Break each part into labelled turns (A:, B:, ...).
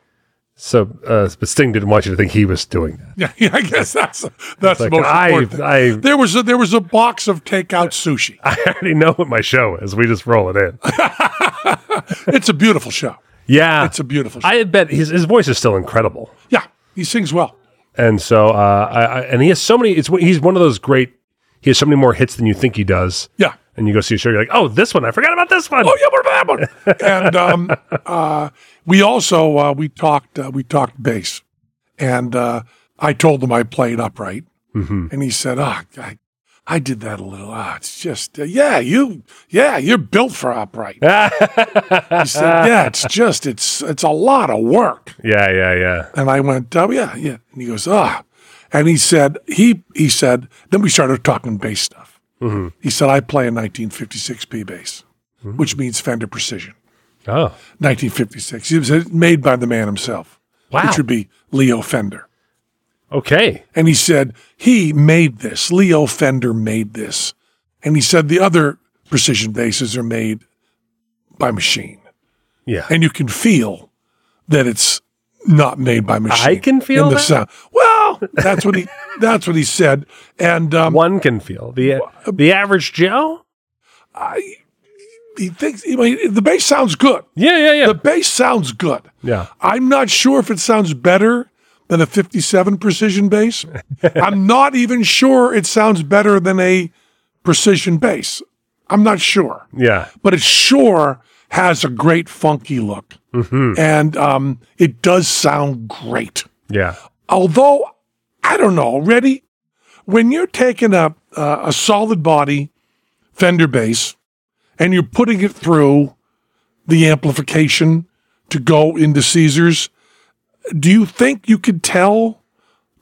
A: So, uh, but Sting didn't want you to think he was doing that.
B: Yeah, yeah, I guess that's that's the
A: Like,
B: most
A: I-
B: important. thing.
A: I-
B: there was a, there was a box of takeout sushi.
A: I already know what my show is. We just roll it in.
B: It's a beautiful show.
A: Yeah,
B: It's a beautiful show.
A: I bet his his voice is still incredible.
B: yeah, he sings well.
A: and so uh, I, I and he has so many. It's he's one of those great. He has so many more hits than you think he does.
B: Yeah.
A: and you go see a show, you're like, oh, this one, I forgot about this one.
B: Oh yeah, what about that one? and um, uh, we also uh, we talked uh, we talked bass, and uh, I told him I played upright,
A: Mm-hmm.
B: and he said, "Ah, I, I did that a little. Ah, it's just uh, yeah, you yeah, you're built for upright." he said, "Yeah, it's just it's it's a lot of work."
A: yeah, yeah, yeah.
B: And I went, "Oh yeah, yeah," and he goes, "Ah," and he said he he said then we started talking bass stuff. He said, "I play a 1956 P bass, which means Fender Precision."
A: Oh,
B: 1956. It was made by the man himself,
A: Wow.
B: which would be Leo Fender.
A: okay.
B: And he said, he made this. Leo Fender made this. And he said, the other precision basses are made by machine.
A: Yeah.
B: And you can feel that it's not made by
A: I
B: machine.
A: can feel
B: in the
A: that?
B: sound. Well, that's what he that's what he said. And um, uh,
A: one can feel the the average Joe.
B: I, he thinks I mean, the bass sounds good.
A: Yeah, yeah, yeah.
B: The bass sounds good.
A: Yeah.
B: I'm not sure if it sounds better than a 57 precision bass. I'm not even sure it sounds better than a precision bass. I'm not sure,
A: yeah,
B: but it sure has a great funky look,
A: Mm-hmm.
B: and um, it does sound great.
A: yeah,
B: Although I don't know, ready when you're taking a uh, a solid body Fender bass and you're putting it through the amplification to go into Caesars, do you think you could tell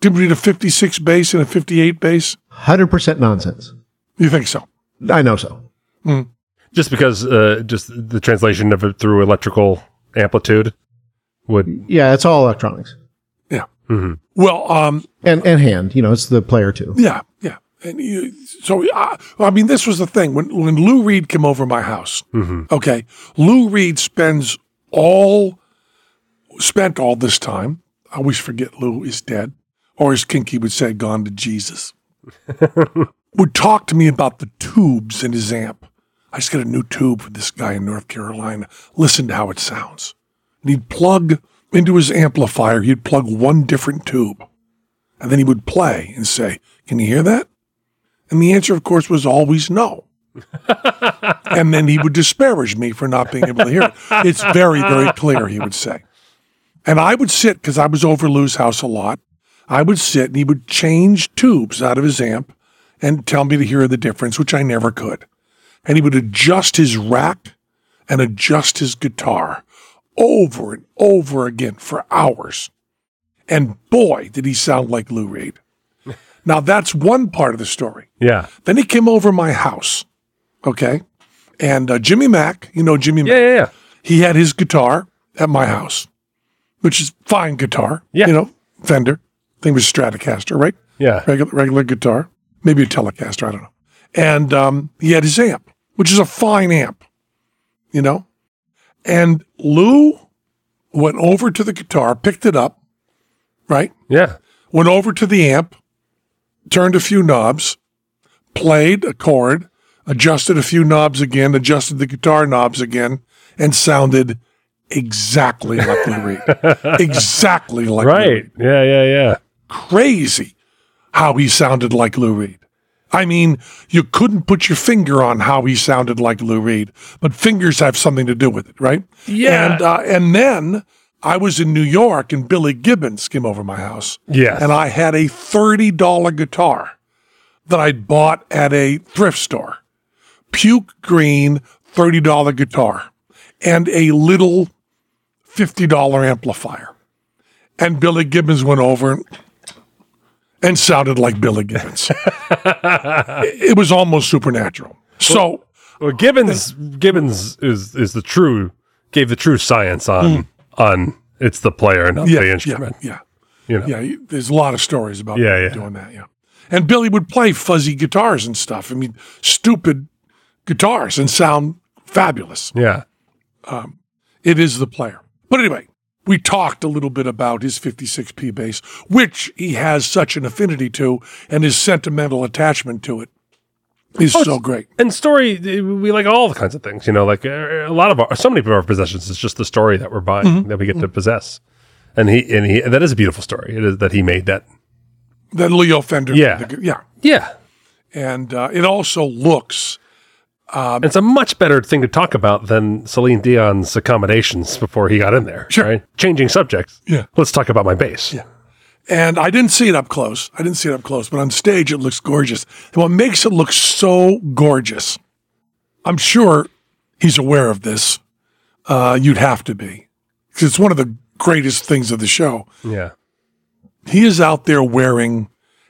B: between a 56 bass and a 58 bass?
C: 100% nonsense.
B: You think so?
C: I know so.
A: Just because, uh, just the translation of it through electrical amplitude would.
C: Yeah, it's all electronics.
B: Yeah. Well, um,
C: And and hand, you know, it's the player too.
B: yeah, yeah. and you, so I, I mean, this was the thing when when Lou Reed came over my house. Okay, Lou Reed spends all spent all this time. I always forget Lou is dead, or as Kinky would say, gone to Jesus. would talk to me about the tubes in his amp. I just got a new tube for this guy in North Carolina. Listen to how it sounds. And he'd plug into his amplifier. He'd plug one different tube. And then he would play and say, Can you hear that? And the answer, of course, was always no. and then he would disparage me for not being able to hear it. It's very, very clear, he would say. And I would sit, because I was over Lou's house a lot, I would sit and he would change tubes out of his amp and tell me to hear the difference, which I never could. And he would adjust his rack and adjust his guitar over and over again for hours. And boy, did he sound like Lou Reed. Now, that's one part of the story.
A: Yeah.
B: Then he came over my house, okay? And uh, Jimmy Mack, you know Jimmy
A: Yeah,
B: Mack,
A: yeah, yeah.
B: he had his guitar at my house, which is fine guitar.
A: Yeah.
B: You know, Fender. I think it was Stratocaster, right?
A: Yeah.
B: Regular, regular guitar. Maybe a Telecaster, I don't know. And um, he had his amp, which is a fine amp, you know? And Lou went over to the guitar, picked it up, right?
A: Yeah.
B: went over to the amp, turned a few knobs, played a chord, adjusted a few knobs again, adjusted the guitar knobs again, and sounded exactly like Lou Reed. exactly like Lou
A: Right.
B: Reed.
A: Yeah, yeah, yeah.
B: Crazy how he sounded like Lou Reed. I mean, you couldn't put your finger on how he sounded like Lou Reed, but fingers have something to do with it, right?
A: Yeah.
B: And, uh, and then I was in New York and Billy Gibbons came over my house.
A: Yes.
B: And I had a $30 guitar that I'd bought at a thrift store. Puke green $30 guitar and a little $50 amplifier. And Billy Gibbons went over and, and sounded like Billy Gibbons. it was almost supernatural. So,
A: Well, Gibbons Gibbons is is the true gave the true science on on it's the player, not
B: Hmm. yeah,
A: the
B: yeah,
A: instrument.
B: yeah.
A: You know.
B: Yeah, you- there's a lot of stories about
A: Yeah, yeah.
B: doing that. Yeah, and Billy would play fuzzy guitars and stuff. I mean, stupid guitars and sound fabulous.
A: Yeah.
B: It is the player. But anyway, we talked a little bit about his 56p bass, which he has such an affinity to, and his sentimental attachment to it
A: Oh,
B: is so great.
A: And story, eh, we like all the kinds of things, you know, like eh, a lot of our, so many of our possessions is just the story that we're buying
B: Mm-hmm.
A: that we get to possess. And he, and he, and that is a beautiful story. It is that he made that.
B: That Leo Fender,
A: Yeah.
B: the gu- yeah,
A: Yeah.
B: and uh, it also looks Um,
A: it's a much better thing to talk about than Celine Dion's accommodations before he got in there.
B: Sure.
A: Right? Changing subjects.
B: Yeah.
A: Let's talk about my bass. Yeah.
B: And I didn't see it up close. I didn't see it up close, but on stage it looks gorgeous. And what makes it look so gorgeous, I'm sure he's aware of this. Uh, you'd have to be, because it's one of the greatest things of the show.
A: Yeah.
B: He is out there wearing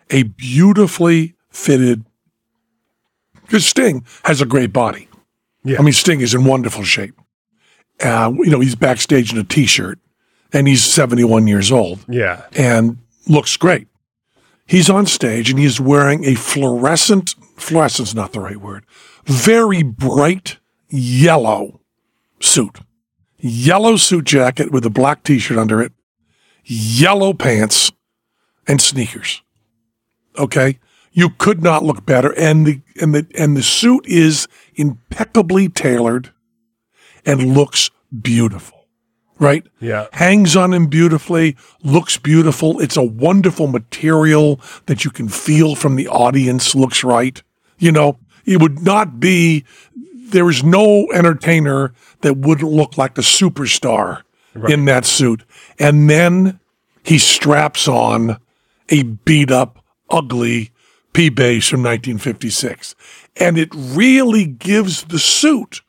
B: a beautifully fitted. Because Sting has a great body.
A: Yeah.
B: I mean, Sting is in wonderful shape. Uh, you know, he's backstage in a t-shirt, and he's 71 years old
A: Yeah.
B: and looks great. He's on stage and he is wearing a fluorescent, fluorescent's not the right word, very bright yellow suit. Yellow suit jacket with a black t shirt under it, yellow pants, and sneakers. Okay? You could not look better. And the, and the, and the suit is impeccably tailored and looks beautiful, right?
A: Yeah.
B: hangs on him beautifully, looks beautiful. It's a wonderful material that you can feel from the audience, looks right. You know, it would not be, there is no entertainer that wouldn't look like the superstar in that suit. And then he straps on a beat up, ugly P bass from 1956. And it really gives the suit,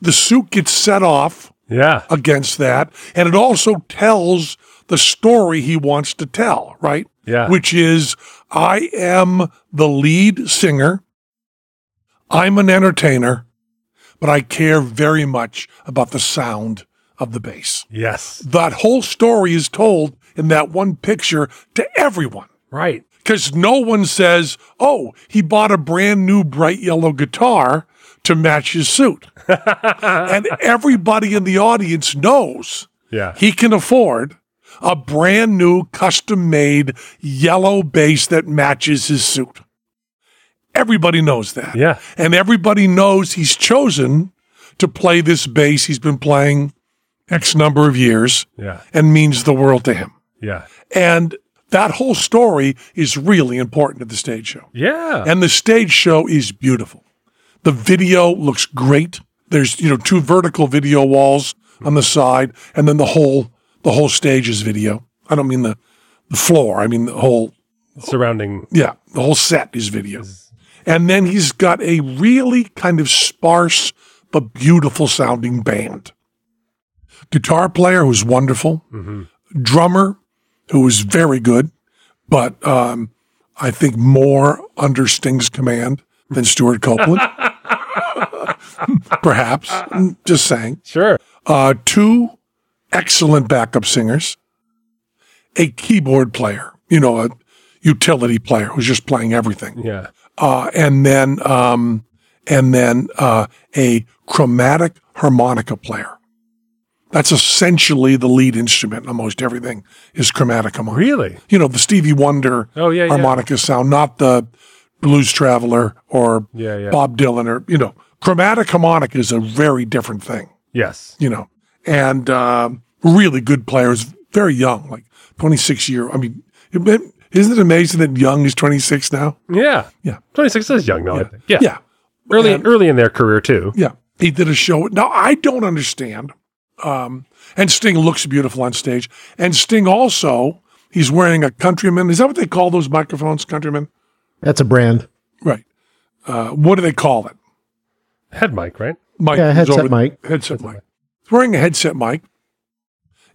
B: the suit gets set off
A: Yeah.
B: against that. And it also tells the story he wants to tell, right?
A: Yeah.
B: Which is I am the lead singer, I'm an entertainer, but I care very much about the sound of the bass.
A: Yes.
B: That whole story is told in that one picture to everyone.
A: Right.
B: because no one says, "Oh, he bought a brand new bright yellow guitar to match his suit," and everybody in the audience knows
A: Yeah.
B: he can afford a brand new custom made yellow bass that matches his suit. Everybody knows that.
A: Yeah.
B: And everybody knows he's chosen to play this bass he's been playing X number of years
A: Yeah.
B: and means the world to him.
A: Yeah.
B: And that whole story is really important to the stage show.
A: Yeah.
B: And the stage show is beautiful. The video looks great. There's, you know, two vertical video walls on the side, and then the whole the whole stage is video. I don't mean the the floor. I mean the whole
A: Surrounding.
B: yeah, the whole set is video. And then he's got a really kind of sparse but beautiful sounding band. Guitar player who's wonderful, drummer who is very good, but um, I think more under Sting's command than Stuart Copeland. Perhaps. Just saying
A: Sure.
B: uh, two excellent backup singers, a keyboard player, you know, a utility player who's just playing everything,
A: Yeah.
B: uh, and then um, and then uh, a chromatic harmonica player. That's essentially the lead instrument. in Almost everything is chromatic harmonica.
A: Really?
B: You know, the Stevie Wonder
A: Oh, yeah, yeah.
B: harmonica sound, not the Blues Traveler or
A: Yeah, yeah.
B: Bob Dylan or, you know, chromatic harmonica is a very different thing
A: Yes.
B: you know, and um, really good players, very young, like 26 year. I mean, it- isn't it amazing that Young is 26 now?
A: Yeah.
B: Yeah.
A: 26 is young now, I think. Yeah.
B: Yeah.
A: Early
B: And-
A: early in their career too.
B: Yeah. He did a show. Now, I don't understand. Um, and Sting looks beautiful on stage. And Sting also, he's wearing a countryman. Is that what they call those microphones, countryman?
C: That's a brand.
B: Right. Uh, what do they call it?
A: Head mic, right?
B: Mike.
C: Yeah,
B: who's
C: headset
B: over-
C: mic.
B: Headset mic. He's wearing a headset mic,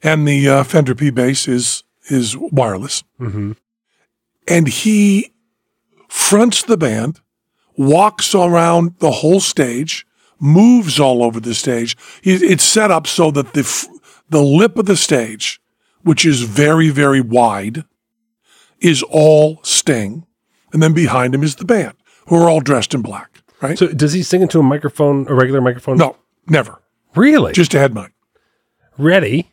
B: and the uh, Fender P bass is is wireless.
A: Mhm.
B: And he fronts the band, walks around the whole stage, moves all over the stage. He, it's set up so that the f- the lip of the stage, which is very very wide, is all Sting, and then behind him is the band, who are all dressed in black. Right?
A: So does he sing into a microphone, a regular microphone?
B: no, never.
A: Really?
B: Just a head mic.
A: ready.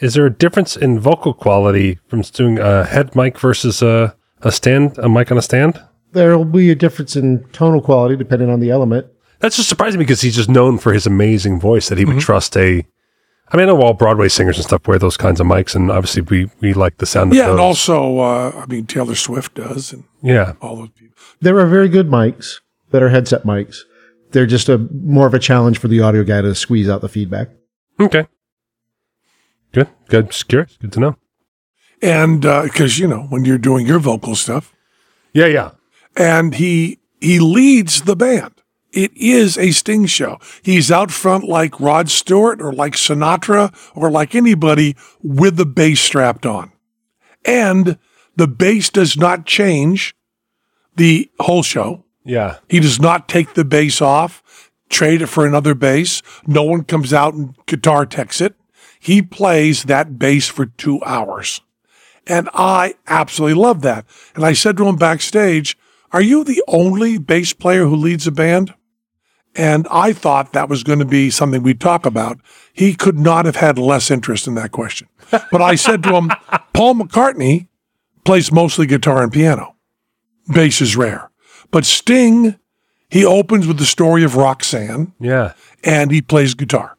A: Is there a difference in vocal quality from doing a head mic versus a, a stand, a mic on a stand?
C: There'll be a difference in tonal quality depending on the element.
A: That's just surprising because he's just known for his amazing voice that he would trust a. I mean, I know all Broadway singers and stuff wear those kinds of mics, and obviously we, we like the sound of
B: Yeah,
A: those.
B: and also, uh, I mean, Taylor Swift does, and
A: yeah,
B: all those people.
C: There are very good mics that are headset mics. They're just a more of a challenge for the audio guy to squeeze out the feedback.
A: okay, good, good, just curious, good to know.
B: And because you know, when you're doing your vocal stuff,
A: Yeah, yeah,
B: and he he leads the band. It is a Sting show. He's out front like Rod Stewart or like Sinatra or like anybody with the bass strapped on, and the bass does not change the whole show.
A: yeah.
B: He does not take the bass off, trade it for another bass. No one comes out and guitar techs it. He plays that bass for two hours. And I absolutely love that. And I said to him backstage, Are you the only bass player who leads a band? And I thought that was going to be something we'd talk about. He could not have had less interest in that question. But I said to him, Paul McCartney plays mostly guitar and piano. Bass is rare. But Sting, he opens with the story of Roxanne
A: Yeah.
B: and he plays guitar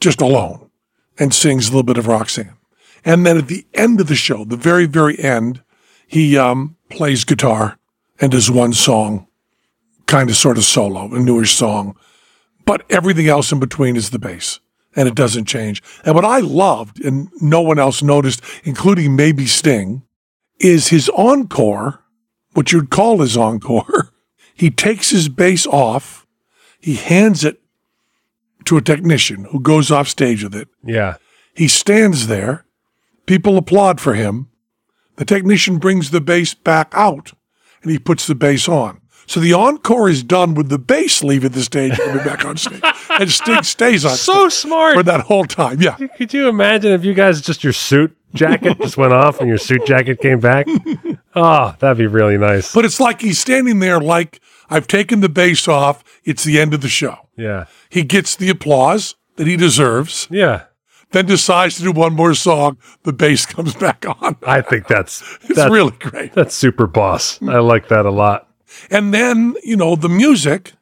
B: just alone and sings a little bit of Roxanne. And then at the end of the show, the very, very end, he um, plays guitar and does one song, kind of sort of solo, a newish song. But everything else in between is the bass and it doesn't change. And what I loved, and no one else noticed, including maybe Sting, is his encore, what you'd call his encore. He takes his bass off, he hands it to a technician who goes off stage with it.
A: Yeah.
B: He stands there. People applaud for him. The technician brings the bass back out and he puts the bass on. So the encore is done with the bass leaving the stage and coming back on stage. And Sting stays on
A: So
B: stage
A: smart.
B: for that whole time. Yeah.
A: Could you imagine if you guys just your suit jacket just went off and your suit jacket came back? Ah, that'd be really nice.
B: But it's like he's standing there like I've taken the bass off. It's the end of the show.
A: yeah.
B: He gets the applause that he deserves,
A: Yeah.
B: then decides to do one more song. The bass comes back on.
A: I think that's
B: It's
A: that's
B: really great.
A: that's super boss. I like that a lot.
B: And then, you know, the music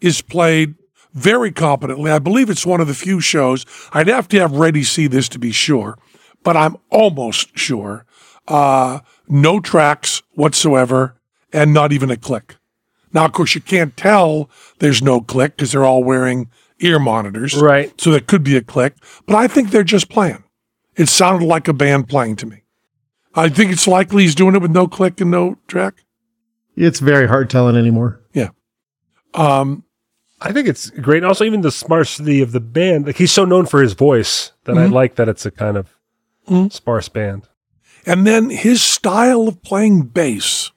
B: is played very competently. I believe it's one of the few shows. I'd have to have Reddy see this to be sure, but I'm almost sure. Uh, no tracks whatsoever and not even a click. Now, of course, you can't tell there's no click because they're all wearing ear monitors.
A: Right.
B: So there could be a click, but I think they're just playing. It sounded like a band playing to me. I think it's likely he's doing it with no click and no track.
C: It's very hard telling anymore.
B: Yeah. Um,
A: I think it's great. Also, even the sparsity of the band, like he's so known for his voice that I like that it's a kind of sparse band.
B: and then his style of playing bass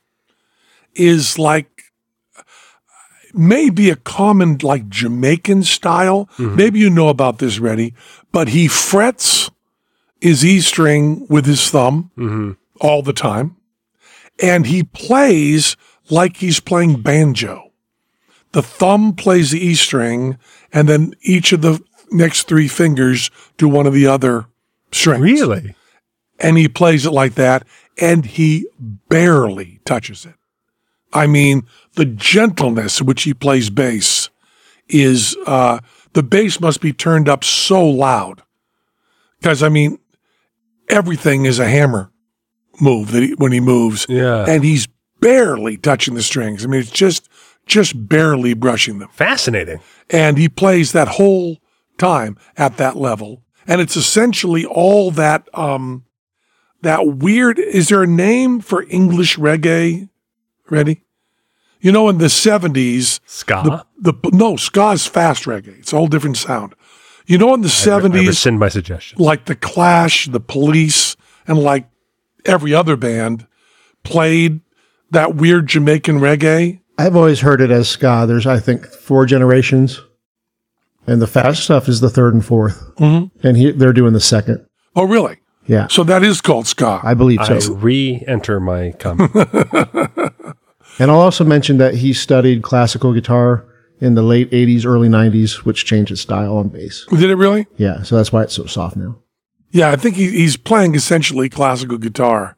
B: is like maybe a common like Jamaican style. Maybe you know about this, Reddy, but he frets his E string with his thumb all the time, and he plays like he's playing banjo. The thumb plays the E string, and then each of the next three fingers do one of the other strings
A: Really?
B: and he plays it like that, and he barely touches it. I mean, the gentleness which he plays bass is uh, the bass must be turned up so loud because I mean, everything is a hammer move that he, when he moves,
A: Yeah.
B: and he's barely touching the strings. I mean, it's just just barely brushing them
A: Fascinating.
B: and he plays that whole time at that level and it's essentially all that um that weird is there a name for english reggae ready you know in the 70s
A: Ska.
B: the no ska's fast reggae it's a whole different sound you know in the
A: I
B: 70s
A: rescind my suggestion.
B: like the Clash, the Police, and like every other band played that weird Jamaican reggae.
C: I've always heard it as ska. There's, I think, four generations, and the fast stuff is the third and 4th mm-hmm. and he, they're doing the second.
B: Oh, really?
C: Yeah,
B: So that is called ska.
C: I believe
A: I
C: so.
A: re-enter my comment.
C: And I'll also mention that he studied classical guitar in the late '80s, early '90s, which changed his style on bass.
B: Did it really?
C: Yeah, so that's why it's so soft now.
B: Yeah, I think he, he's playing essentially classical guitar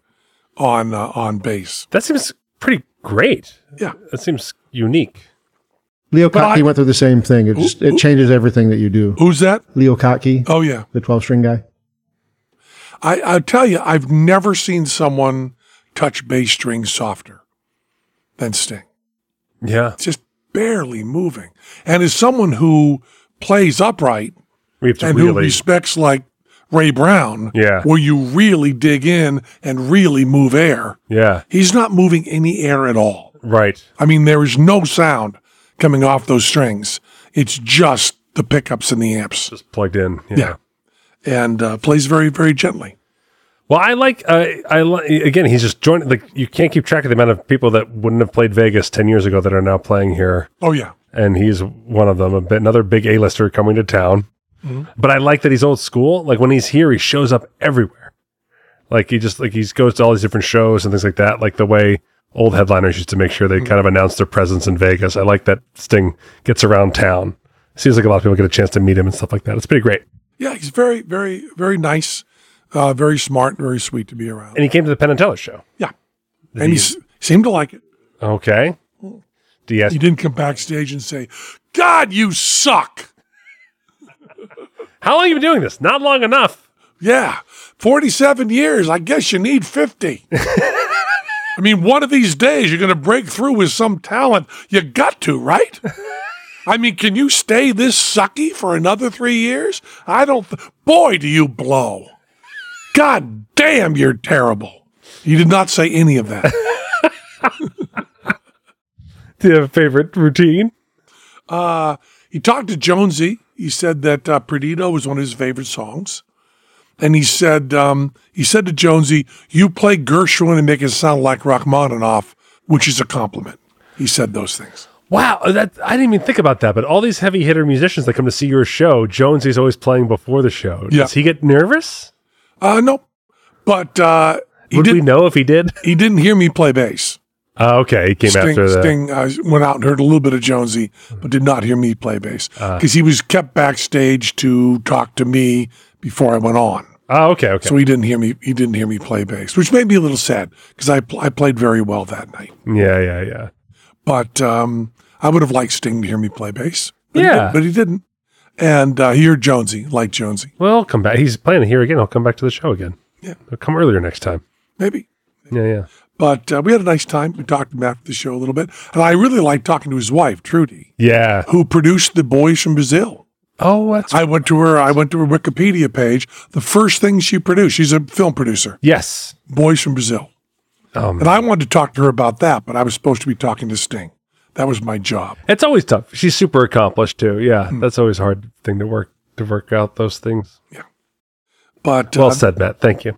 B: on uh, on bass.
A: that seems pretty great.
B: Yeah.
A: That seems unique.
C: Leo
B: But
C: Kottke
B: I-
C: went through the same thing. It just it changes everything that you do.
B: Who's that?
C: Leo Kottke,
B: Oh yeah.
C: the 12 string guy.
B: I I tell you, I've never seen someone touch bass strings softer than Sting.
A: Yeah.
B: Just barely moving. And as someone who plays upright,
A: We have to
B: and who
A: really
B: respects like Ray Brown,
A: Yeah.
B: where you really dig in and really move air.
A: Yeah.
B: He's not moving any air at all.
A: Right.
B: I mean, there is no sound coming off those strings. It's just the pickups and the amps,
A: Just plugged in.
B: Yeah. and uh, plays very, very gently.
A: Well, I like uh, I li- again. He's just joining. Like you can't keep track of the amount of people that wouldn't have played Vegas ten years ago that are now playing here,
B: Oh yeah,
A: and he's one of them. A bit, another big A-lister coming to town.
B: Mm-hmm.
A: But I like that he's old school. Like when he's here, he shows up everywhere. Like he just like he goes to all these different shows and things like that. Like the way old headliners used to make sure
B: Mm-hmm.
A: they kind of announced their presence in Vegas. I like that Sting gets around town. Seems like a lot of people get a chance to meet him and stuff like that. It's pretty great.
B: yeah. He's very, very, very nice, uh, very smart, very sweet to be around.
A: And he came to the Penn and Teller show.
B: Yeah, and he s- seemed to like it.
A: Okay. Do you ask
B: He didn't come backstage and say, "God, you suck."
A: How long have you been doing this? Not long enough.
B: Yeah, 47 years. I guess you need 50. I mean, one of these days you're going to break through with some talent. You got to, right? I mean, can you stay this sucky for another three years? I don't. Th- Boy, do you blow. God damn, you're terrible. He did not say any of that.
A: Do you have a favorite routine?
B: He talked to Jonesy. He said that uh, Perdido was one of his favorite songs. And he said, um, he said to Jonesy, you play Gershwin and make it sound like Rachmaninoff, which is a compliment. He said those things.
A: Wow, that I didn't even think about that. But all these heavy hitter musicians that come to see your show, Jonesy's always playing before the show.
B: Yeah.
A: Does he get nervous?
B: Uh, no, but uh, He,
A: Would
B: did,
A: we know if he did?
B: he didn't hear me play bass.
A: Oh, okay, he came after
B: Sting,
A: that.
B: Sting uh, went out and heard a little bit of Jonesy, but did not hear me play bass
A: Uh.
B: because he was kept backstage to talk to me before I went on.
A: Oh, okay, okay.
B: So he didn't hear me. He didn't hear me play bass, which made me a little sad because I pl- I played very well that night.
A: yeah, yeah, yeah.
B: But um, I would have liked Sting to hear me play bass. But he
A: Yeah.
B: didn't- but he didn't. And uh, he heard Jonesy, like Jonesy,
A: Well, I'll come back. He's playing here again. I'll come back to the show again.
B: Yeah.
A: I'll come earlier next time.
B: maybe.
A: Yeah, yeah.
B: But uh, we had a nice time. We talked to him after the show a little bit, and I really liked talking to his wife, Trudy,
A: Yeah.
B: who produced the Boys from Brazil.
A: Oh, that's
B: I went to her. I went to her Wikipedia page. The first thing she produced, she's a film producer.
A: yes.
B: Boys from Brazil,
A: Oh, man.
B: and I wanted to talk to her about that, but I was supposed to be talking to Sting. That was my job.
A: It's always tough. She's super accomplished too. Yeah,
B: Hmm.
A: that's always a hard thing to work to work out those things.
B: But
A: Well
B: uh,
A: said, Matt. Thank you.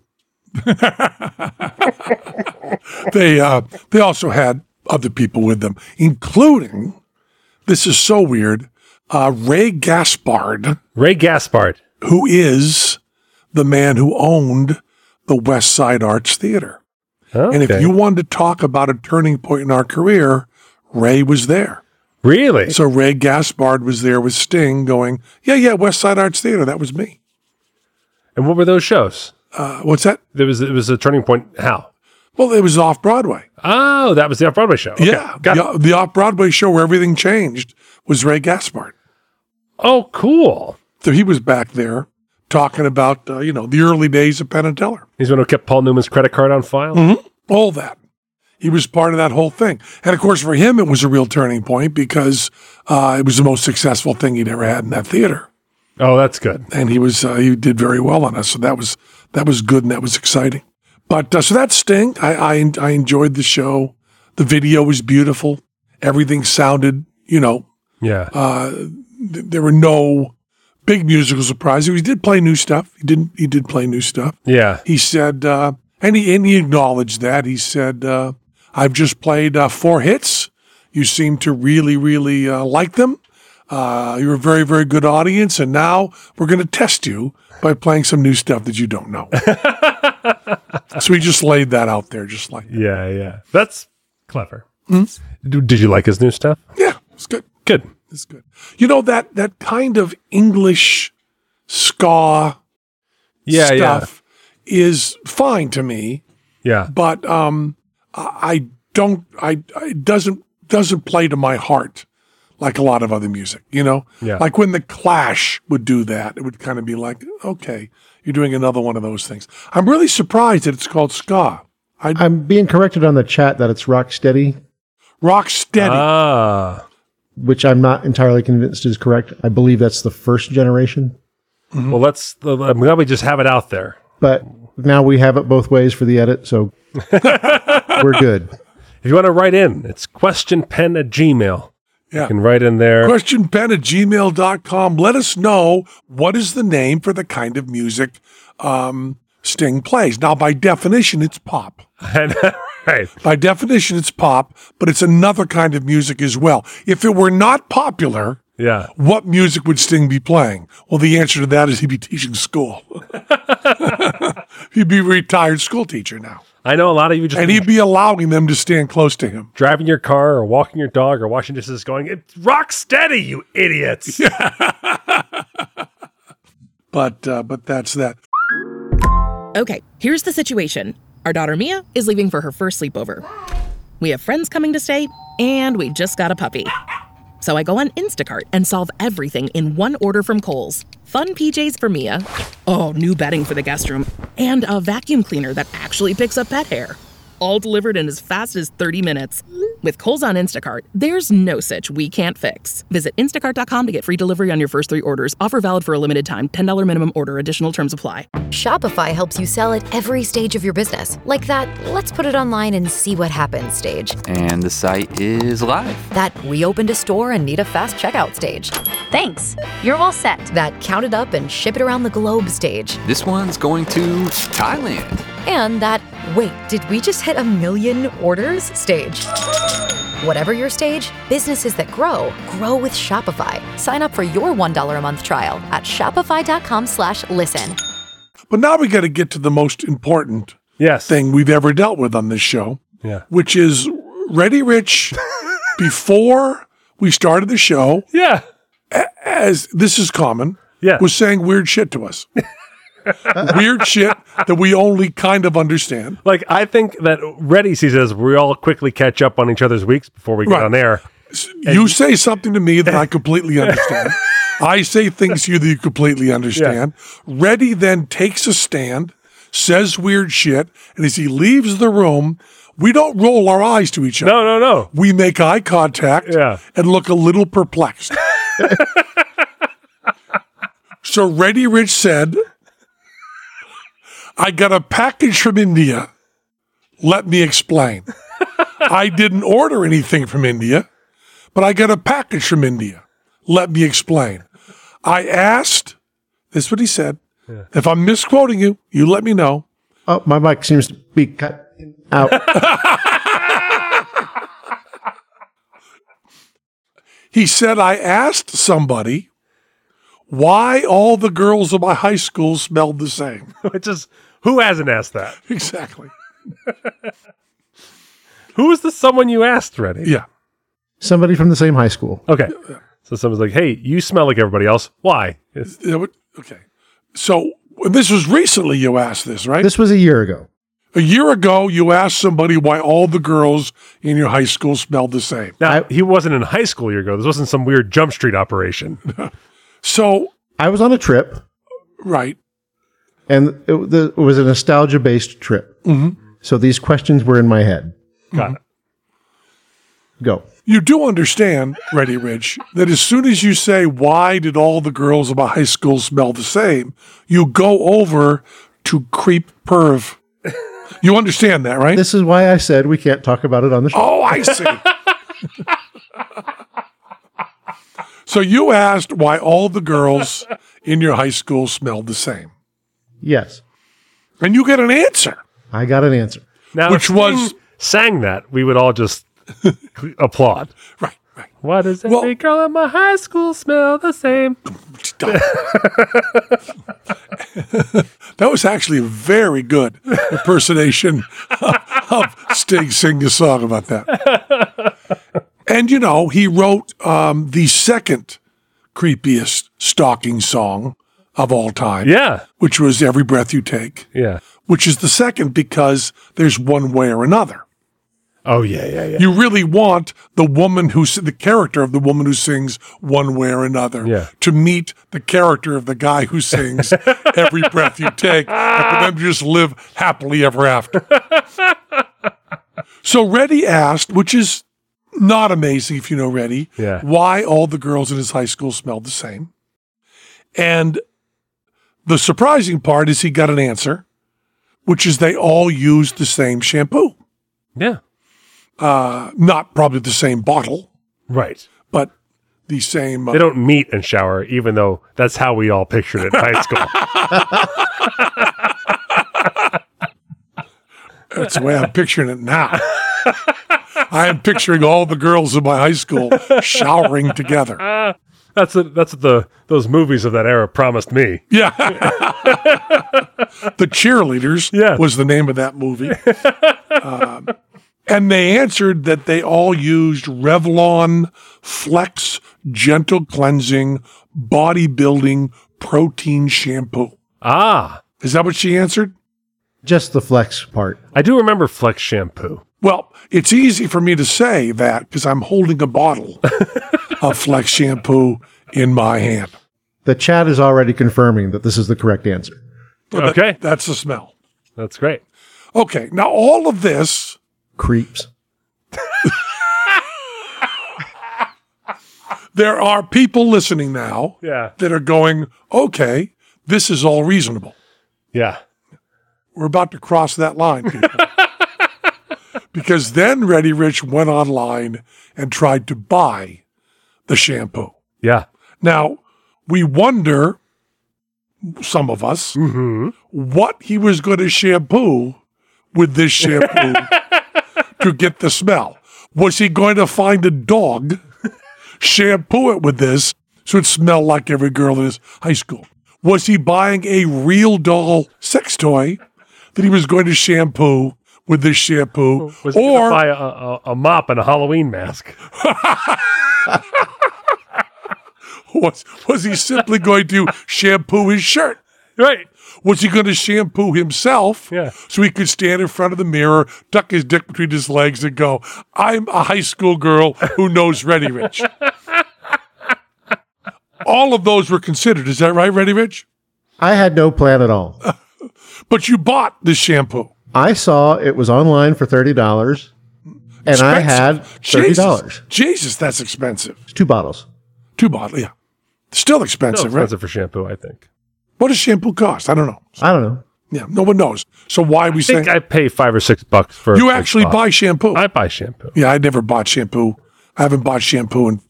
B: they uh, they also had other people with them, including this is so weird. Uh, Ray Gaspard,
A: Ray Gaspard.
B: who is the man who owned the West Side Arts Theater, and if
A: Okay.
B: you wanted to talk about a turning point in our career, Ray was there.
A: really,
B: So Ray Gaspard was there with Sting, going, "Yeah, yeah, West Side Arts Theater, that was me."
A: and what were those shows?
B: Uh, what's that?
A: There was it was a turning point. How?
B: Well, it was off Broadway.
A: Oh, that was the off Broadway show. Okay.
B: Yeah,
A: Got it.
B: the, the off Broadway show where everything changed was Ray Gaspard.
A: Oh, cool.
B: So he was back there talking about uh, you know the early days of Penn and Teller,
A: He's the one who kept Paul Newman's credit card on file.
B: Mm-hmm. all that. He was part of that whole thing, and of course for him it was a real turning point because uh, it was the most successful thing he'd ever had in that theater,
A: Oh, that's good.
B: and he was uh, he did very well on us. So that was that was good and that was exciting. But uh, so that Sting, I, I I enjoyed the show. The video was beautiful. Everything sounded you know
A: Yeah.
B: Uh, th- there were no big musical surprises. He did play new stuff. He didn't. He did play new stuff.
A: yeah.
B: He said, uh, and he and he acknowledged that. He said, uh, "I've just played uh, four hits. You seem to really, really uh, like them. Uh, you're a very, very good audience, and now we're going to test you by playing some new stuff that you don't know." so he just laid that out there, just like,
A: Yeah, yeah. That's clever.
B: Hmm?
A: D- Did you like his new stuff?
B: "Yeah, it's good.
A: Good.
B: It's good." You know that that kind of English ska stuff is fine to me,
A: yeah, yeah.
B: but um, I I don't. I I- it doesn't doesn't play to my heart like a lot of other music. You know,
A: Yeah.
B: like when the Clash would do that, it would kind of be like, okay, you're doing another one of those things. I'm really surprised that it's called ska. I
C: I'm being corrected on the chat that it's rock steady,
B: rock steady.
A: Ah,
C: which I'm not entirely convinced is correct. I believe that's the first generation,
B: mm-hmm.
A: well, let's. uh, I'm glad we just have it out there.
C: but now we have it both ways for the edit, so we're good.
A: If you want to write in, it's questionpen at gmail.
B: Yeah.
A: You can write in there.
B: questionpen at gmail.com. Let us know what is the name for the kind of music um, Sting plays. Now, by definition, it's pop.
A: And- right.
B: By definition, it's pop, but it's another kind of music as well. If it were not popular,
A: Yeah.
B: what music would Sting be playing? Well, the answer to that is he'd be teaching school. he'd be a retired school teacher now.
A: I know a lot of you just
B: And he'd be allowing them to stand close to him.
A: driving your car or walking your dog or washing dishes going, it's rock steady, you idiots.
B: But uh, but that's that.
D: Okay, here's the situation. Our daughter Mia is leaving for her first sleepover. We have friends coming to stay, and we just got a puppy. So I go on Instacart and solve everything in one order from Kohl's. Fun PJs for Mia. Oh, new bedding for the guest room. And a vacuum cleaner that actually picks up pet hair. All delivered in as fast as 30 minutes. With Kohl's on Instacart, there's no such we can't fix. Visit instacart.com to get free delivery on your first three orders. Offer valid for a limited time. $10 minimum order. Additional terms apply.
E: Shopify helps you sell at every stage of your business. Like that, let's put it online and see what happens stage.
F: And the site is live.
E: That we opened a store and need a fast checkout stage.
G: Thanks. You're all set.
E: That count it up and ship it around the globe stage.
F: This one's going to Thailand.
E: And that, wait, did we just hit a million orders stage? Whatever your stage, businesses that grow, grow with Shopify. Sign up for your $1 a month trial at shopify.com slash listen.
B: But now we got to get to the most important
A: Yes.
B: thing we've ever dealt with on this show,
A: Yeah.
B: which is Ready Rich before we started the show,
A: Yeah.
B: as this is common,
A: Yeah.
B: was saying weird shit to us. weird shit that we only kind of understand.
A: Like I think that Reddy sees us. We all quickly catch up on each other's weeks before we get
B: Right.
A: on air.
B: you say something to me that I completely understand. I say things to you that you completely understand. Reddy then takes a stand, says weird shit, and as he leaves the room, we don't roll our eyes to each other.
A: No, no, no.
B: We make eye contact
A: Yeah.
B: and look a little perplexed. so Reddy Rich said, I got a package from India. Let me explain. I didn't order anything from India, but I got a package from India. Let me explain. I asked, this is what he said. If I'm misquoting you, you let me know.
C: Oh, my mic seems to be cut out.
B: He said, I asked somebody why all the girls in my high school smelled the same.
A: Which is who hasn't asked that?
B: exactly.
A: Who is the someone you asked, Reddy?
B: Yeah.
C: Somebody from the same high school.
A: Okay. So someone's like, "Hey, you smell like everybody else. Why?" It's,
B: That would- Okay. So this was recently you asked this, right?
C: This was a year ago.
B: a year ago, you asked somebody why all the girls in your high school smelled the same.
A: now
C: I-
A: he wasn't in high school a year ago. This wasn't some weird jump street operation.
B: So,
C: I was on a trip,
B: right.
C: and it, w- the, it was a nostalgia based trip. Mm-hmm. So these questions were in my head.
A: Got it.
C: Go.
B: You do understand, Reddy Rich, that as soon as you say, Why did all the girls in my high school smell the same? you go over to creep perv. You understand that, right?
C: This is why I said we can't talk about it on the show.
B: Oh, I see. so you asked why all the girls in your high school smelled the same.
C: Yes,
B: And you get an answer.
C: I got an answer.
A: Now,
B: Which
A: if Sting
B: was-
A: sang that we would all just applaud.
B: Right, right.
A: Why does every
B: Well-
A: girl in my high school smell the same?
B: Stop. that was actually a very good impersonation of, of Sting singing a song about that. And you know, he wrote um, the second creepiest stalking song of all time,
A: Yeah,
B: which was "Every Breath You Take."
A: yeah.
B: which is the second because there's one way or another.
A: Oh yeah, yeah, yeah.
B: You really want the woman who s- the character of the woman who sings one way or another
A: Yeah.
B: to meet the character of the guy who sings every breath you take and for them to just live happily ever after. so Reddy asked, which is not amazing if you know Reddy,
A: Yeah.
B: why all the girls in his high school smelled the same. And the surprising part is he got an answer, which is they all used the same shampoo
A: Yeah.
B: uh, not probably the same bottle,
A: Right.
B: but the same. Uh,
A: They don't meet and shower, even though that's how we all pictured it in high school.
B: that's the way I'm picturing it now. I am picturing all the girls in my high school showering together.
A: That's what, that's what the those movies of that era promised me.
B: Yeah. the cheerleaders
A: Yeah.
B: was the name of that movie. Um, and they answered that they all used Revlon Flex Gentle Cleansing Bodybuilding Protein Shampoo.
A: Ah,
B: Is that what she answered?
C: Just the flex part.
A: I do remember Flex shampoo.
B: Well, it's easy for me to say that because I'm holding a bottle of Flex shampoo in my hand.
C: The chat is already confirming that this is the correct answer.
B: Well, that-
A: Okay.
B: that's the smell.
A: That's great.
B: Okay. Now, all of this,
C: Creeps.
B: there are people listening now
A: Yeah.
B: that are going, okay, this is all reasonable.
A: Yeah.
B: We're about to cross that line, people. because then Ready Rich went online and tried to buy the shampoo.
A: Yeah.
B: Now, we wonder, some of us,
A: Mm-hmm.
B: what he was going to shampoo with this shampoo to get the smell. Was he going to find a dog, shampoo it with this so it smelled like every girl in his high school? Was he buying a real doll sex toy that he was going to shampoo with this shampoo,
A: Was he gonna buy
B: or
A: a, a, a mop and a Halloween mask.
B: was, was he simply going to shampoo his shirt?
A: Right.
B: Was he going to shampoo himself
A: Yeah.
B: so he could stand in front of the mirror, duck his dick between his legs, and go, I'm a high school girl who knows Ready Rich? All of those were considered. Is that right, Ready Rich?
C: I had no plan at all.
B: But you bought this shampoo.
C: I saw it was online for thirty dollars, and I had thirty dollars.
B: Jesus, Jesus, that's expensive.
C: Two bottles.
B: Two bottles, yeah. Still
A: Still
B: expensive, right?
A: expensive for shampoo, I think.
B: What does shampoo cost? I don't know.
C: I don't know.
B: Yeah, no one knows. So why are we
A: I think
B: saying
A: I pay five or six bucks for.
B: you
A: a
B: actually
A: bottle.
B: buy shampoo?
A: I buy shampoo.
B: yeah, I never bought shampoo. I haven't bought shampoo in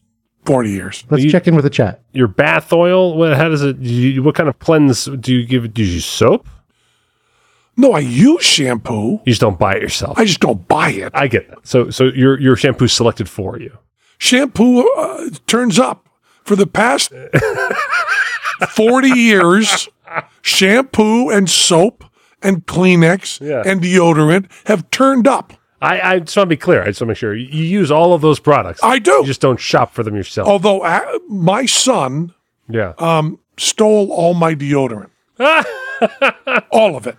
B: 40 years.
C: Let's check in with the chat.
A: Your bath oil. What? How does it? do You, what kind of cleanse do you give? it? Do you use soap?
B: No, I use shampoo.
A: You just don't buy it yourself.
B: I just don't buy it.
A: I get that. So, so your your shampoo's selected for you.
B: Shampoo uh, turns up for the past 40 years. Shampoo and soap and Kleenex
A: Yeah.
B: and deodorant have turned up.
A: I, I just want to be clear. I just want to make sure you, you use all of those products.
B: I do.
A: You just don't shop for them yourself.
B: Although uh, my son
A: yeah.
B: uh, stole all my deodorant. all of it.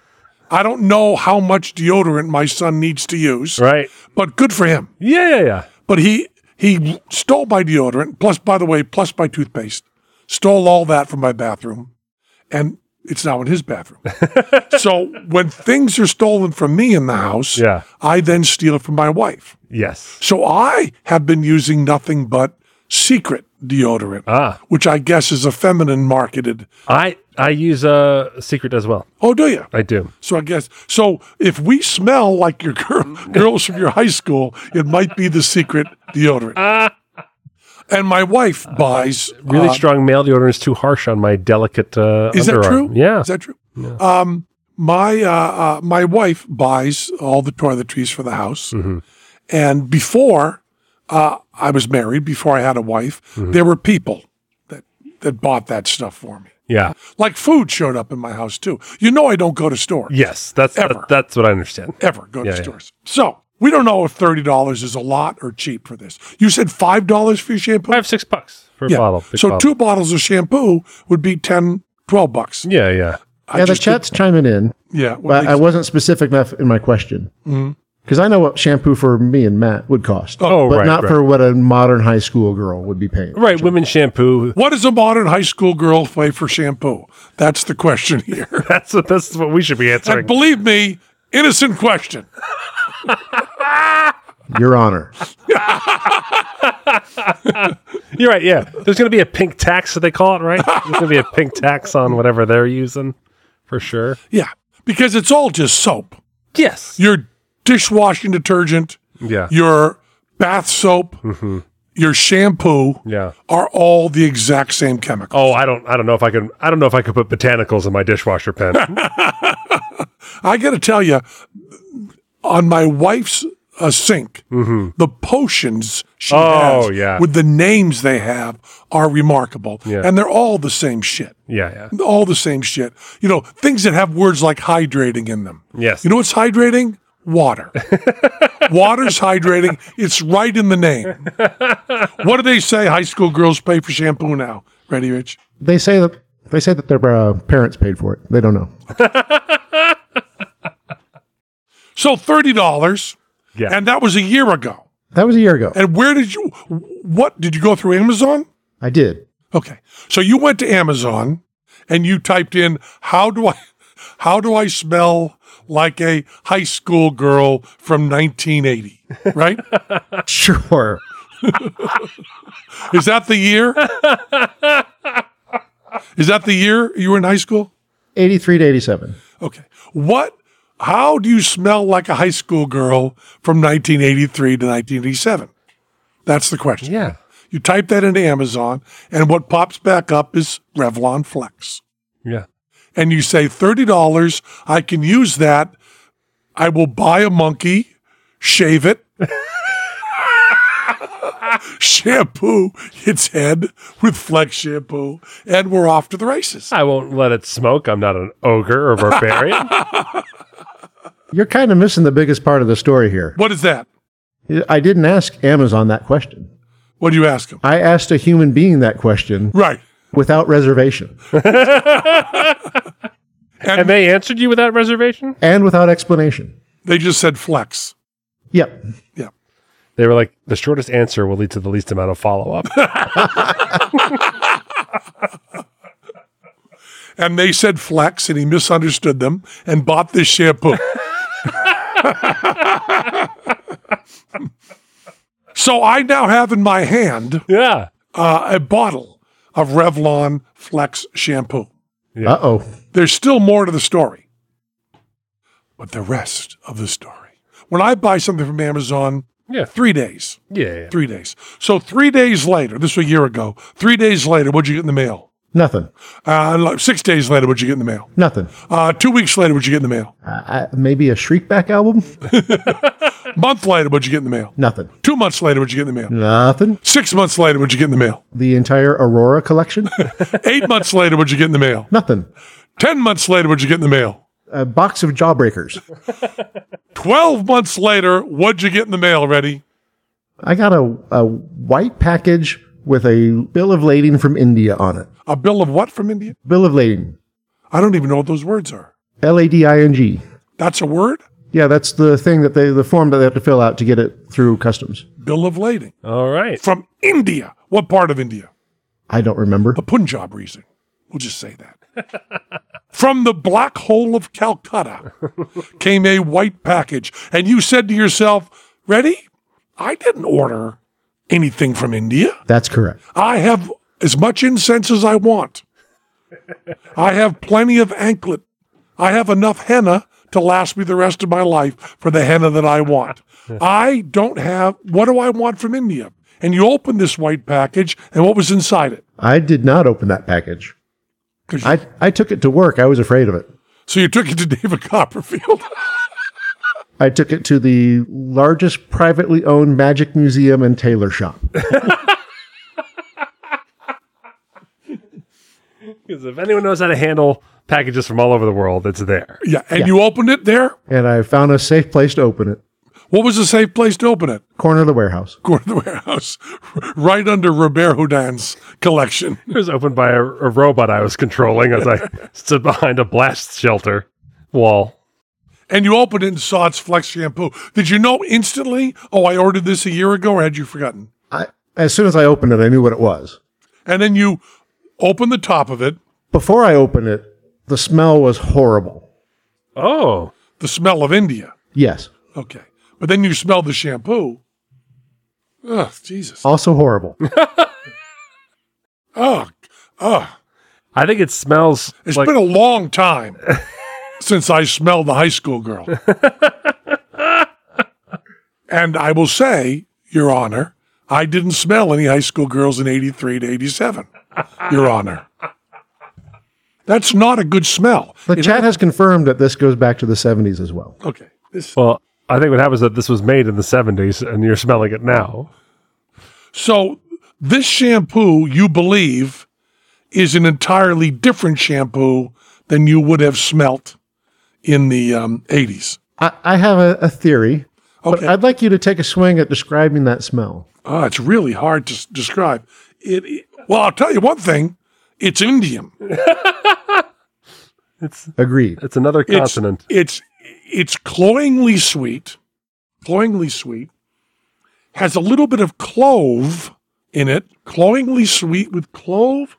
B: I don't know how much deodorant my son needs to use,
A: right.
B: but good for him.
A: Yeah, yeah, yeah.
B: But he he stole my deodorant, plus by the way, plus my toothpaste. Stole all that from my bathroom. And it's now in his bathroom. so when things are stolen from me in the house,
A: Yeah.
B: I then steal it from my wife.
A: Yes.
B: So I have been using nothing but secret deodorant,
A: Ah.
B: which I guess is a feminine marketed.
A: I I use uh, secret as well.
B: Oh, do you?
A: I do.
B: So I guess so. If we smell like your girl, girls from your high school, it might be the secret deodorant. and my wife buys
A: Really
B: uh,
A: strong male deodorant is too harsh on my delicate uh,
B: Is that
A: underarm.
B: true?
A: Yeah.
B: Is that true? Um, my uh, uh, my wife buys all the toiletries for the house,
A: Mm-hmm.
B: and before uh, I was married, before I had a wife,
A: Mm-hmm.
B: there were people that that bought that stuff for me.
A: yeah.
B: Like food showed up in my house too. You know, I don't go to stores.
A: Yes. That's
B: Ever.
A: that- that's what I understand.
B: ever go to
A: Yeah, yeah.
B: stores. So we don't know if thirty dollars is a lot or cheap for this. You said five dollars for your shampoo.
A: Five six bucks for a bottle. big
B: so
A: bottle.
B: two bottles of shampoo would be 10, 12 bucks.
A: Yeah, yeah.
B: I
C: yeah, the
B: just did-
C: chat's chiming in,
B: yeah. Well,
C: but I wasn't specific enough in my question because I know what shampoo for me and Matt would cost,
A: Oh,
C: but
A: right,
C: not
A: right.
C: for what a modern high school girl would be paying.
A: Right, women's shampoo.
B: what does a modern high school girl pay for shampoo? That's the question here.
A: That's what that's what we should be answering.
B: and believe me, innocent question.
C: Your Honor,
A: You're right. Yeah, there's going to be a pink tax that they call it, right? There's going to be a pink tax on whatever they're using, for sure.
B: Yeah, because it's all just soap.
A: Yes.
B: Your dishwashing detergent,
A: Yeah. Mm-hmm.
B: your bath soap, your shampoo
A: Yeah.
B: are all the exact same chemical.
A: Oh, I don't. I don't know if I can. I don't know if I could put botanicals in my dishwasher pen.
B: I got to tell you, on my wife's uh, sink, the potions she
A: Mm-hmm. Oh,
B: has
A: yeah.
B: with the names they have are remarkable.
A: Yeah.
B: And they're all the same shit.
A: yeah. Yeah.
B: All the same shit. You know, things that have words like hydrating in them.
A: Yes.
B: You know what's hydrating? Water. Water's hydrating. It's right in the name. What do they say high school girls pay for shampoo now? Ready, Rich?
C: they say that they say that their uh, parents paid for it. They don't know.
B: So $30.
A: Yeah.
B: And that was a year ago.
C: That was a year ago.
B: And where did you, what, did you go through Amazon?
C: I did.
B: Okay. So you went to Amazon and you typed in, how do I, how do I smell like a high school girl from 1980? Right?
C: Sure.
B: Is that the year? Is that the year you were in high school?
C: 83 to 87.
B: Okay. What, how do you smell like a high school girl from 1983 to 1987? That's the question.
A: yeah.
B: You type that into Amazon, and what pops back up is Revlon Flex.
A: Yeah.
B: And you say, $30, I can use that. I will buy a monkey, shave it, shampoo its head with Flex shampoo, and we're off to the races.
A: I won't let it smoke. I'm not an ogre or barbarian.
C: You're kind of missing the biggest part of the story here.
B: What is that?
C: I didn't ask Amazon that question.
B: What do you ask him?
C: I asked a human being that question
B: Right.
C: without reservation
A: And they answered you without reservation?
C: and without explanation.
B: They just said flex.
C: Yep.
A: They were like, the shortest answer will lead to the least amount of follow up.
B: And they said flex, and he misunderstood them and bought this shampoo. so I now have in my hand
A: yeah.
B: uh, a bottle of Revlon Flex shampoo.
A: Yeah.
C: Uh oh.
B: There's still more to the story. But the rest of the story. When I buy something from Amazon,
A: Yeah.
B: three days.
A: Yeah. yeah.
B: Three days. So three days later, this was a year ago, three days later, what'd you get in the mail?
C: Nothing.
B: Uh, like six days later, what'd you get in the mail?
C: Nothing.
B: Uh, two weeks later, what'd you get in the mail?
C: I, I, maybe a Shriekback album?
B: Month later, what'd you get in the mail?
C: Nothing.
B: Two months later, what'd you get in the mail?
C: Nothing.
B: Six months later, what'd you get in the mail?
C: The entire Aurora collection?
B: Eight months later, what'd you get in the mail?
C: Nothing.
B: Ten months later, what'd you get in the mail?
C: A box of Jawbreakers.
B: Twelve months later, what'd you get in the mail, Ready?
C: I got a, a white package with a bill of lading from India on it.
B: A bill of what from India?
C: Bill of lading.
B: I don't even know what those words are.
C: L A D I N G.
B: That's a word?
C: Yeah, that's the thing that they, the form that they have to fill out to get it through customs.
B: Bill of lading.
A: All right.
B: From India. What part of India?
C: I don't remember.
B: The Punjab region. We'll just say that. From the black hole of Calcutta came a white package. And you said to yourself, Ready? I didn't order anything from India.
C: That's correct.
B: I have as much incense as I want. I have plenty of anklet. I have enough henna to last me the rest of my life for the henna that I want. I don't have what do I want from India? And you opened this white package and what was inside it?
C: I did not open that package.
B: 'Cause you-
C: I, I took it to work. I was afraid of it.
B: so you took it to David Copperfield.
C: I took it to the largest privately owned magic museum and tailor shop.
A: Because if anyone knows how to handle packages from all over the world, it's there.
B: yeah, and you opened it there.
C: and I found a safe place to open it.
B: What was the safe place to open it?
C: Corner of the warehouse.
B: Corner of the warehouse, right under Robert Houdin's collection.
A: It was opened by a, a robot I was controlling as I stood behind a blast shelter wall.
B: and you opened it and saw it's Flex shampoo. Did you know instantly? Oh, I ordered this a year ago, or had you forgotten?
C: I, as soon as I opened it, I knew what it was.
B: And then you opened the top of it.
C: Before I opened it, the smell was horrible.
A: Oh.
B: The smell of India.
C: Yes,
B: Okay, but then you smelled the shampoo. Oh Jesus!
C: also horrible.
B: Oh, oh!
A: I think it smells
B: It's
A: like
B: been a long time since I smelled the high school girl. and I will say, Your Honor, I didn't smell any high school girls in '83 to '87, Your Honor. That's not a good smell.
C: The chat has confirmed that this goes back to the 70s as well.
B: Okay. This,
A: well, I think what happens is that this was made in the 70s and you're smelling it now.
B: so this shampoo you believe is an entirely different shampoo than you would have smelt in the um, 80s.
C: I, I have a, a theory, but
B: Okay.
C: I'd like you to take a swing at describing that smell.
B: Ah, it's really hard to s- describe. It, it- well, I'll tell you one thing. It's Indian.
C: Agreed.
A: It's another
B: It's
A: consonant.
B: it's it's cloyingly sweet, cloyingly sweet. Has a little bit of clove in it. Cloyingly sweet with clove.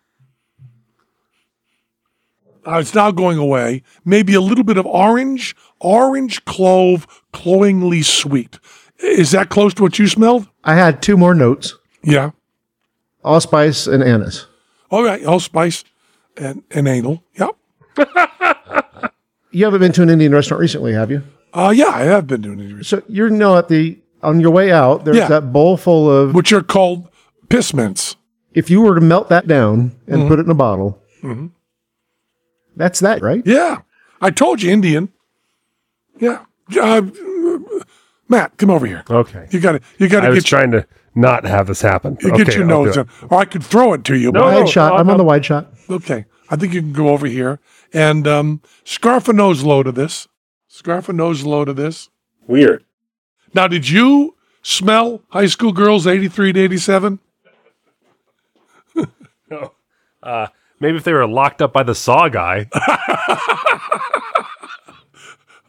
B: Ah, it's now going away. Maybe a little bit of orange, orange clove, cloyingly sweet. Is that close to what you smelled?
C: I had two more notes
B: Yeah.
C: allspice and anise.
B: All right. Allspice and, and anal. Yep.
C: You haven't been to an Indian restaurant recently, have you?
B: Uh, yeah, I have been doing interviews,
C: So you know at the on your way out, there's
B: Yeah.
C: that bowl full of.
B: which are called piss mints.
C: If you were to melt that down and
B: Mm-hmm.
C: put it in a bottle, that's that, right?
B: Yeah, I told you, Indian. Yeah, uh, Matt, come over here.
A: Okay.
B: You got to, you got
A: I
B: to
A: was
B: get your,
A: trying to not have this happen.
B: you
A: okay,
B: get your
A: I'll
B: nose
A: do
B: in,
A: it.
B: or I could throw it to you.
A: No,
B: but-
C: Wide
A: no,
C: shot.
A: I'm-
C: I'm on the
A: I'm-
C: wide shot.
B: Okay, I think you can go over here and um, scarf a nose low to this. Scarf a nose load of this.
H: Weird.
B: Now, did you smell high school girls 83 to 87?
A: Uh, Maybe if they were locked up by the saw guy.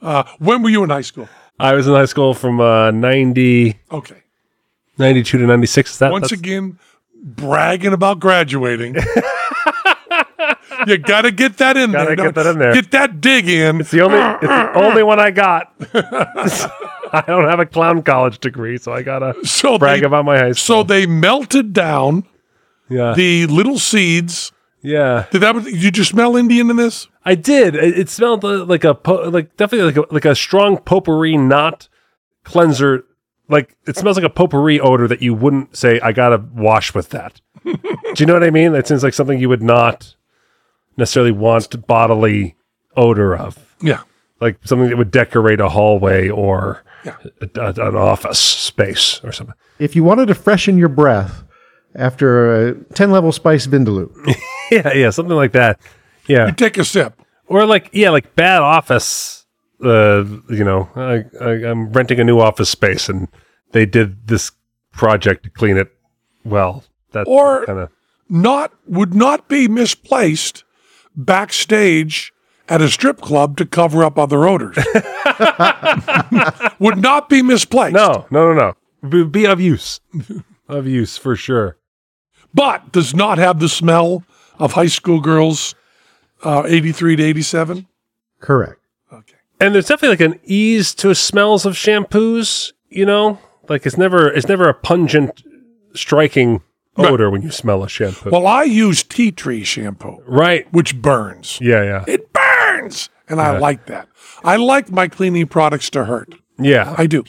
B: Uh, when were you in high school?
A: I was in high school from uh, 90,
B: Okay.
A: 92 to 96. Is that,
B: Once
A: that's-
B: again, bragging about graduating. you got to get that in
A: Gotta
B: there.
A: get
B: don't-
A: that in there.
B: Get that dig in.
A: it's the only it's the only one I got. I don't have a clown college degree, so I gotta
B: so
A: brag
B: they,
A: about my high school.
B: So they melted down
A: yeah,
B: the little seeds.
A: yeah.
B: Did that? Did you smell Indian in this?
A: I did. It, it smelled uh, like a po- like definitely like a, like a strong potpourri not cleanser. Like it smells like a potpourri odor that you wouldn't say I gotta wash with that. Do you know what I mean? That seems like something you would not necessarily want bodily odor of,
B: Yeah.
A: like something that would decorate a hallway or
B: Yeah.
A: a- a- an office space or something.
C: If you wanted to freshen your breath after a 10 level spice vindaloo,
A: Yeah, yeah, something like that. Yeah,
B: Take a sip.
A: or like yeah, like bad office. Uh, you know, I, I, I'm renting a new office space, and they did this project to clean it well. That
B: Or-
A: kind of
B: Not would not be misplaced backstage at a strip club to cover up other odors. would not be misplaced.
A: no, no, no, no, be, be of use, of use for sure.
B: but does not have the smell of high school girls uh, 83 to 87.
C: correct.
A: And there's definitely like an ease to smells of shampoos. You know, like it's never it's never a pungent, striking
B: Right.
A: odor when you smell a shampoo.
B: Well, I use tea tree shampoo,
A: right?
B: which burns.
A: Yeah, yeah,
B: It burns. And I like that. I like my cleaning products to hurt.
A: yeah.
B: I do.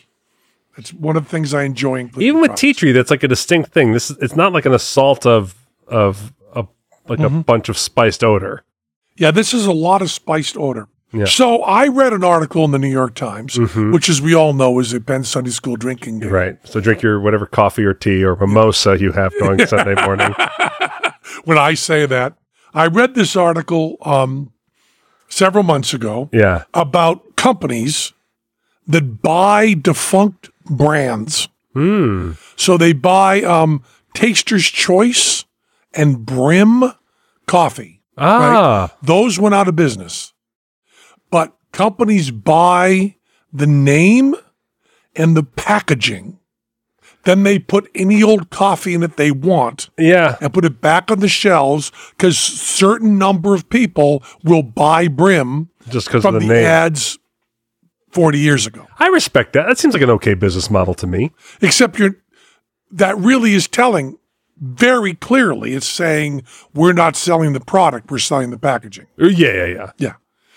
B: It's one of the things I enjoy in cleaning
A: even with
B: products.
A: tea tree that's like a distinct thing this is it's not like an assault of of a like a bunch of spiced odor
B: Yeah, this is a lot of spiced odor.
A: Yeah. Mm-hmm.
B: So I read an article in the New York Times, which, as we all know, is a Penn Sunday School drinking game.
A: right so drink your whatever coffee or tea or mimosa you have going sunday morning
B: When I say that, I read this article um, several months ago
A: yeah
B: about companies that buy defunct brands.
A: mm.
B: So they buy um, Taster's Choice and Brim coffee.
A: ah
B: Those went out of business. But companies buy the name and the packaging. Then they put any old coffee in it they want
A: yeah
B: and put it back on the shelves because certain number of people will buy Brim
A: just because of
B: from
A: the
B: the,
A: name
B: ads 40 years ago.
A: i respect that that seems like an okay business model to me
B: Except you're, that really is telling very clearly. It's saying we're not selling the product, we're selling the packaging.
A: Uh, yeah yeah yeah
B: Yeah.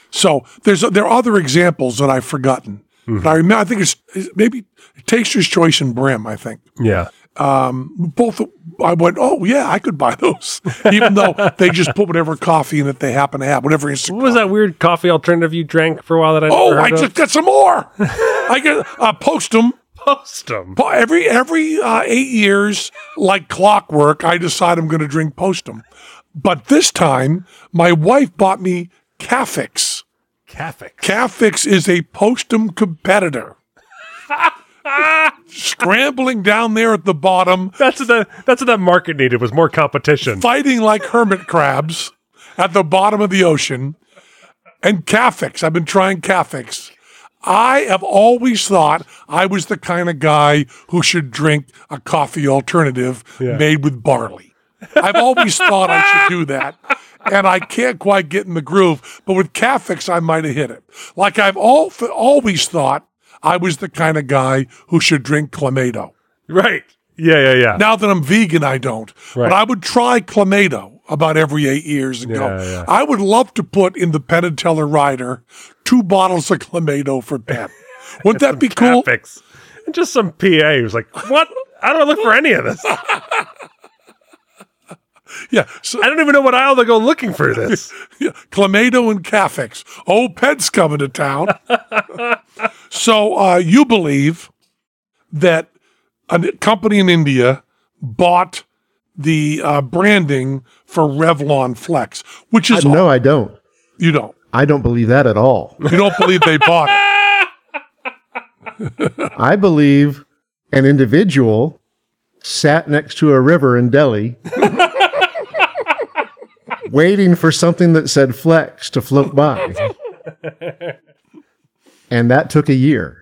B: So there's there are other examples that I've forgotten,
A: Hmm.
B: but I remember I think it's it's maybe Taster's Choice and Brim. I think
A: yeah
B: both. I went, oh yeah, I could buy those, even though they just put whatever coffee in that they happen to have, whatever instant.
A: what was that weird coffee alternative you drank for a while that i
B: Oh,
A: never
B: I
A: heard of?
B: just got some more. I get uh, post them
A: post 'em.
B: every every uh, eight years, like clockwork. I decide I'm going to drink post 'em. but this time my wife bought me Cafix.
A: Catholic.
B: Cafix is a postum competitor. Scrambling down there at the bottom,
A: that's what that that's what that market needed was more competition
B: fighting like hermit crabs at the bottom of the ocean. And Cafix, I've been trying Cafix. I have always thought I was the kind of guy who should drink a coffee alternative made with barley. I've always thought I should do that. And I can't quite get in the groove, but with Cafix, I might have hit it. Like I've all, always thought I was the kind of guy who should drink Clamato.
A: right yeah yeah yeah
B: Now that I'm vegan, I don't.
A: Right.
B: But I would try Clamato about every eight years and go,
A: Yeah, yeah.
B: I would love to put in the Penn and Teller rider two bottles of Clamato for Penn. Wouldn't that be cool?
A: graphics. And just some PA who's like, what? How do I look for any of this? I
B: Yeah. So,
A: don't even know what aisle to go looking for this.
B: yeah, Clamato and Cafex. Old Penn's coming to town. so uh, you believe that a company in India bought the uh, branding for Revlon Flex, which is
C: No, I don't.
B: you don't.
C: I don't believe that at all.
B: You don't believe they bought it.
C: I believe an individual sat next to a river in Delhi waiting for something that said flex to float by. And that took a year.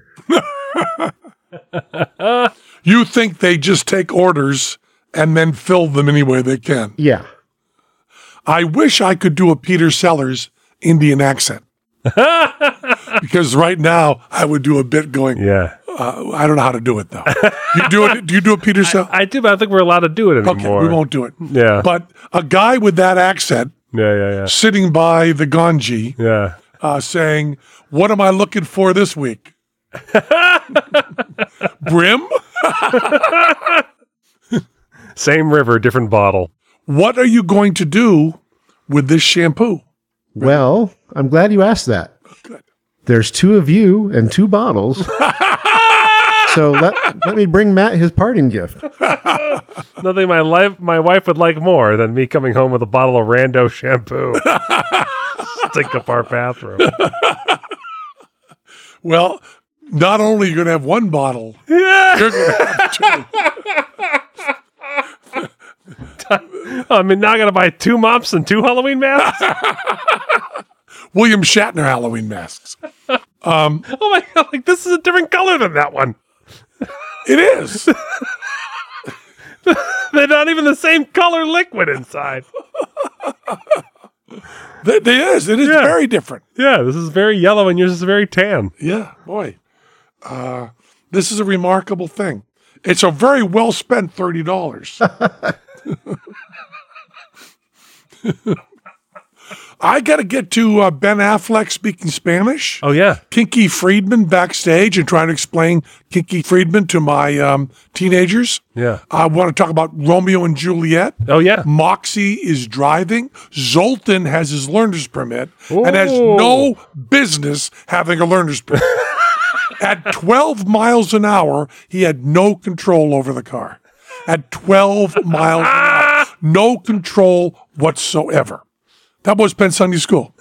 B: You think they just take orders and then fill them any way they can.
C: Yeah.
B: I wish I could do a Peter Sellers Indian accent. because right now I would do a bit going,
A: Yeah.
B: uh, I don't know how to do it though. You do it? Do you do a Peter Sellers?
A: I do, but I don't think we're allowed to do it
B: Okay,
A: anymore.
B: we won't do it.
A: Yeah.
B: But a guy with that accent
A: Yeah, yeah, yeah.
B: sitting by the Ganji
A: Yeah.
B: uh, saying, What am I looking for this week? Brim?
A: Same river, different bottle.
B: What are you going to do with this shampoo?
C: Well, I'm glad you asked that. There's two of you and two bottles. so let, let me bring Matt his parting gift.
A: Nothing my life my wife would like more than me coming home with a bottle of rando shampoo. Stink up our bathroom.
B: Well, not only are you going to have one bottle, you're going to have two.
A: I mean now I gotta buy two mops and two Halloween masks.
B: William Shatner Halloween masks.
A: Oh my god, like this is a different color than that one.
B: It is.
A: They're not even the same color liquid inside.
B: It is. It is
A: Yeah.
B: very different.
A: Yeah, this is very yellow and yours is very tan.
B: Yeah, boy. Uh, this is a remarkable thing. It's a very well spent thirty dollars. I got to get to uh, Ben Affleck speaking Spanish,
A: Oh yeah.
B: Kinky Friedman backstage, and trying to explain Kinky Friedman to my um, teenagers.
A: Yeah.
B: I want to talk about Romeo and Juliet.
A: Oh yeah.
B: Moxie is driving. Zoltan has his learner's permit and has no business having a learner's permit. At 12 miles an hour, he had no control over the car. At 12 miles an hour, no control whatsoever. That was Penn Sunday School.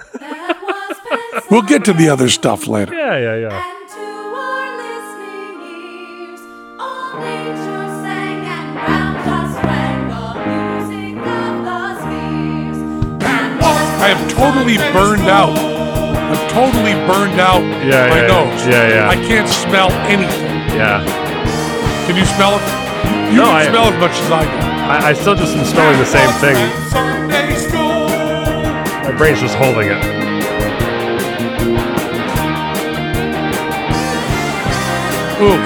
B: We'll get to the other stuff later.
A: Yeah, yeah, yeah.
I: And to our listening ears, all nature sang and round us rang the music of the spheres. And
B: I am totally burned out. I'm totally burned out in
A: Yeah,
B: my
A: yeah,
B: nose.
A: yeah, yeah.
B: I can't smell anything.
A: Yeah.
B: Can you smell it? You
A: No,
B: can
A: I-
B: smell it much as I can.
A: I, I still just am smelling the same thing. My brain's just holding it.
B: Ooh,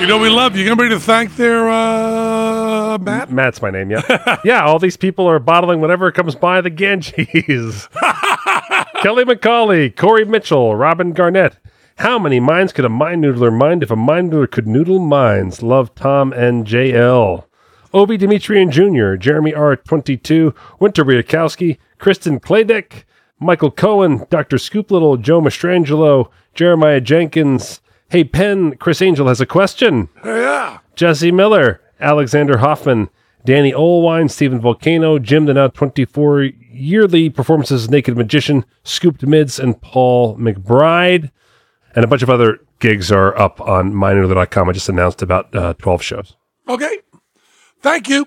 B: you know we love you. You Anybody to thank their uh, Matt?
A: Matt's my name, yeah. yeah, all these people are bottling whatever comes by the Ganges. Kelly McCauley, Corey Mitchell, Robin Garnett. How many minds could a mind noodler mind if a mind noodler could noodle minds? Love Tom and JL. Obi Demetrian Jr., Jeremy R22, Winter Riakowski, Kristen Kladick, Michael Cohen, Dr. Scoop Little, Joe Mastrangelo, Jeremiah Jenkins. Hey, Penn, Chris Angel has a question.
B: Yeah.
A: Jesse Miller, Alexander Hoffman, Danny Olwine, Stephen Volcano, Jim the now 24 yearly performances Naked Magician, Scooped Mids, and Paul McBride. And a bunch of other gigs are up on minorther.com. I just announced about uh, 12 shows.
B: Okay. Thank you.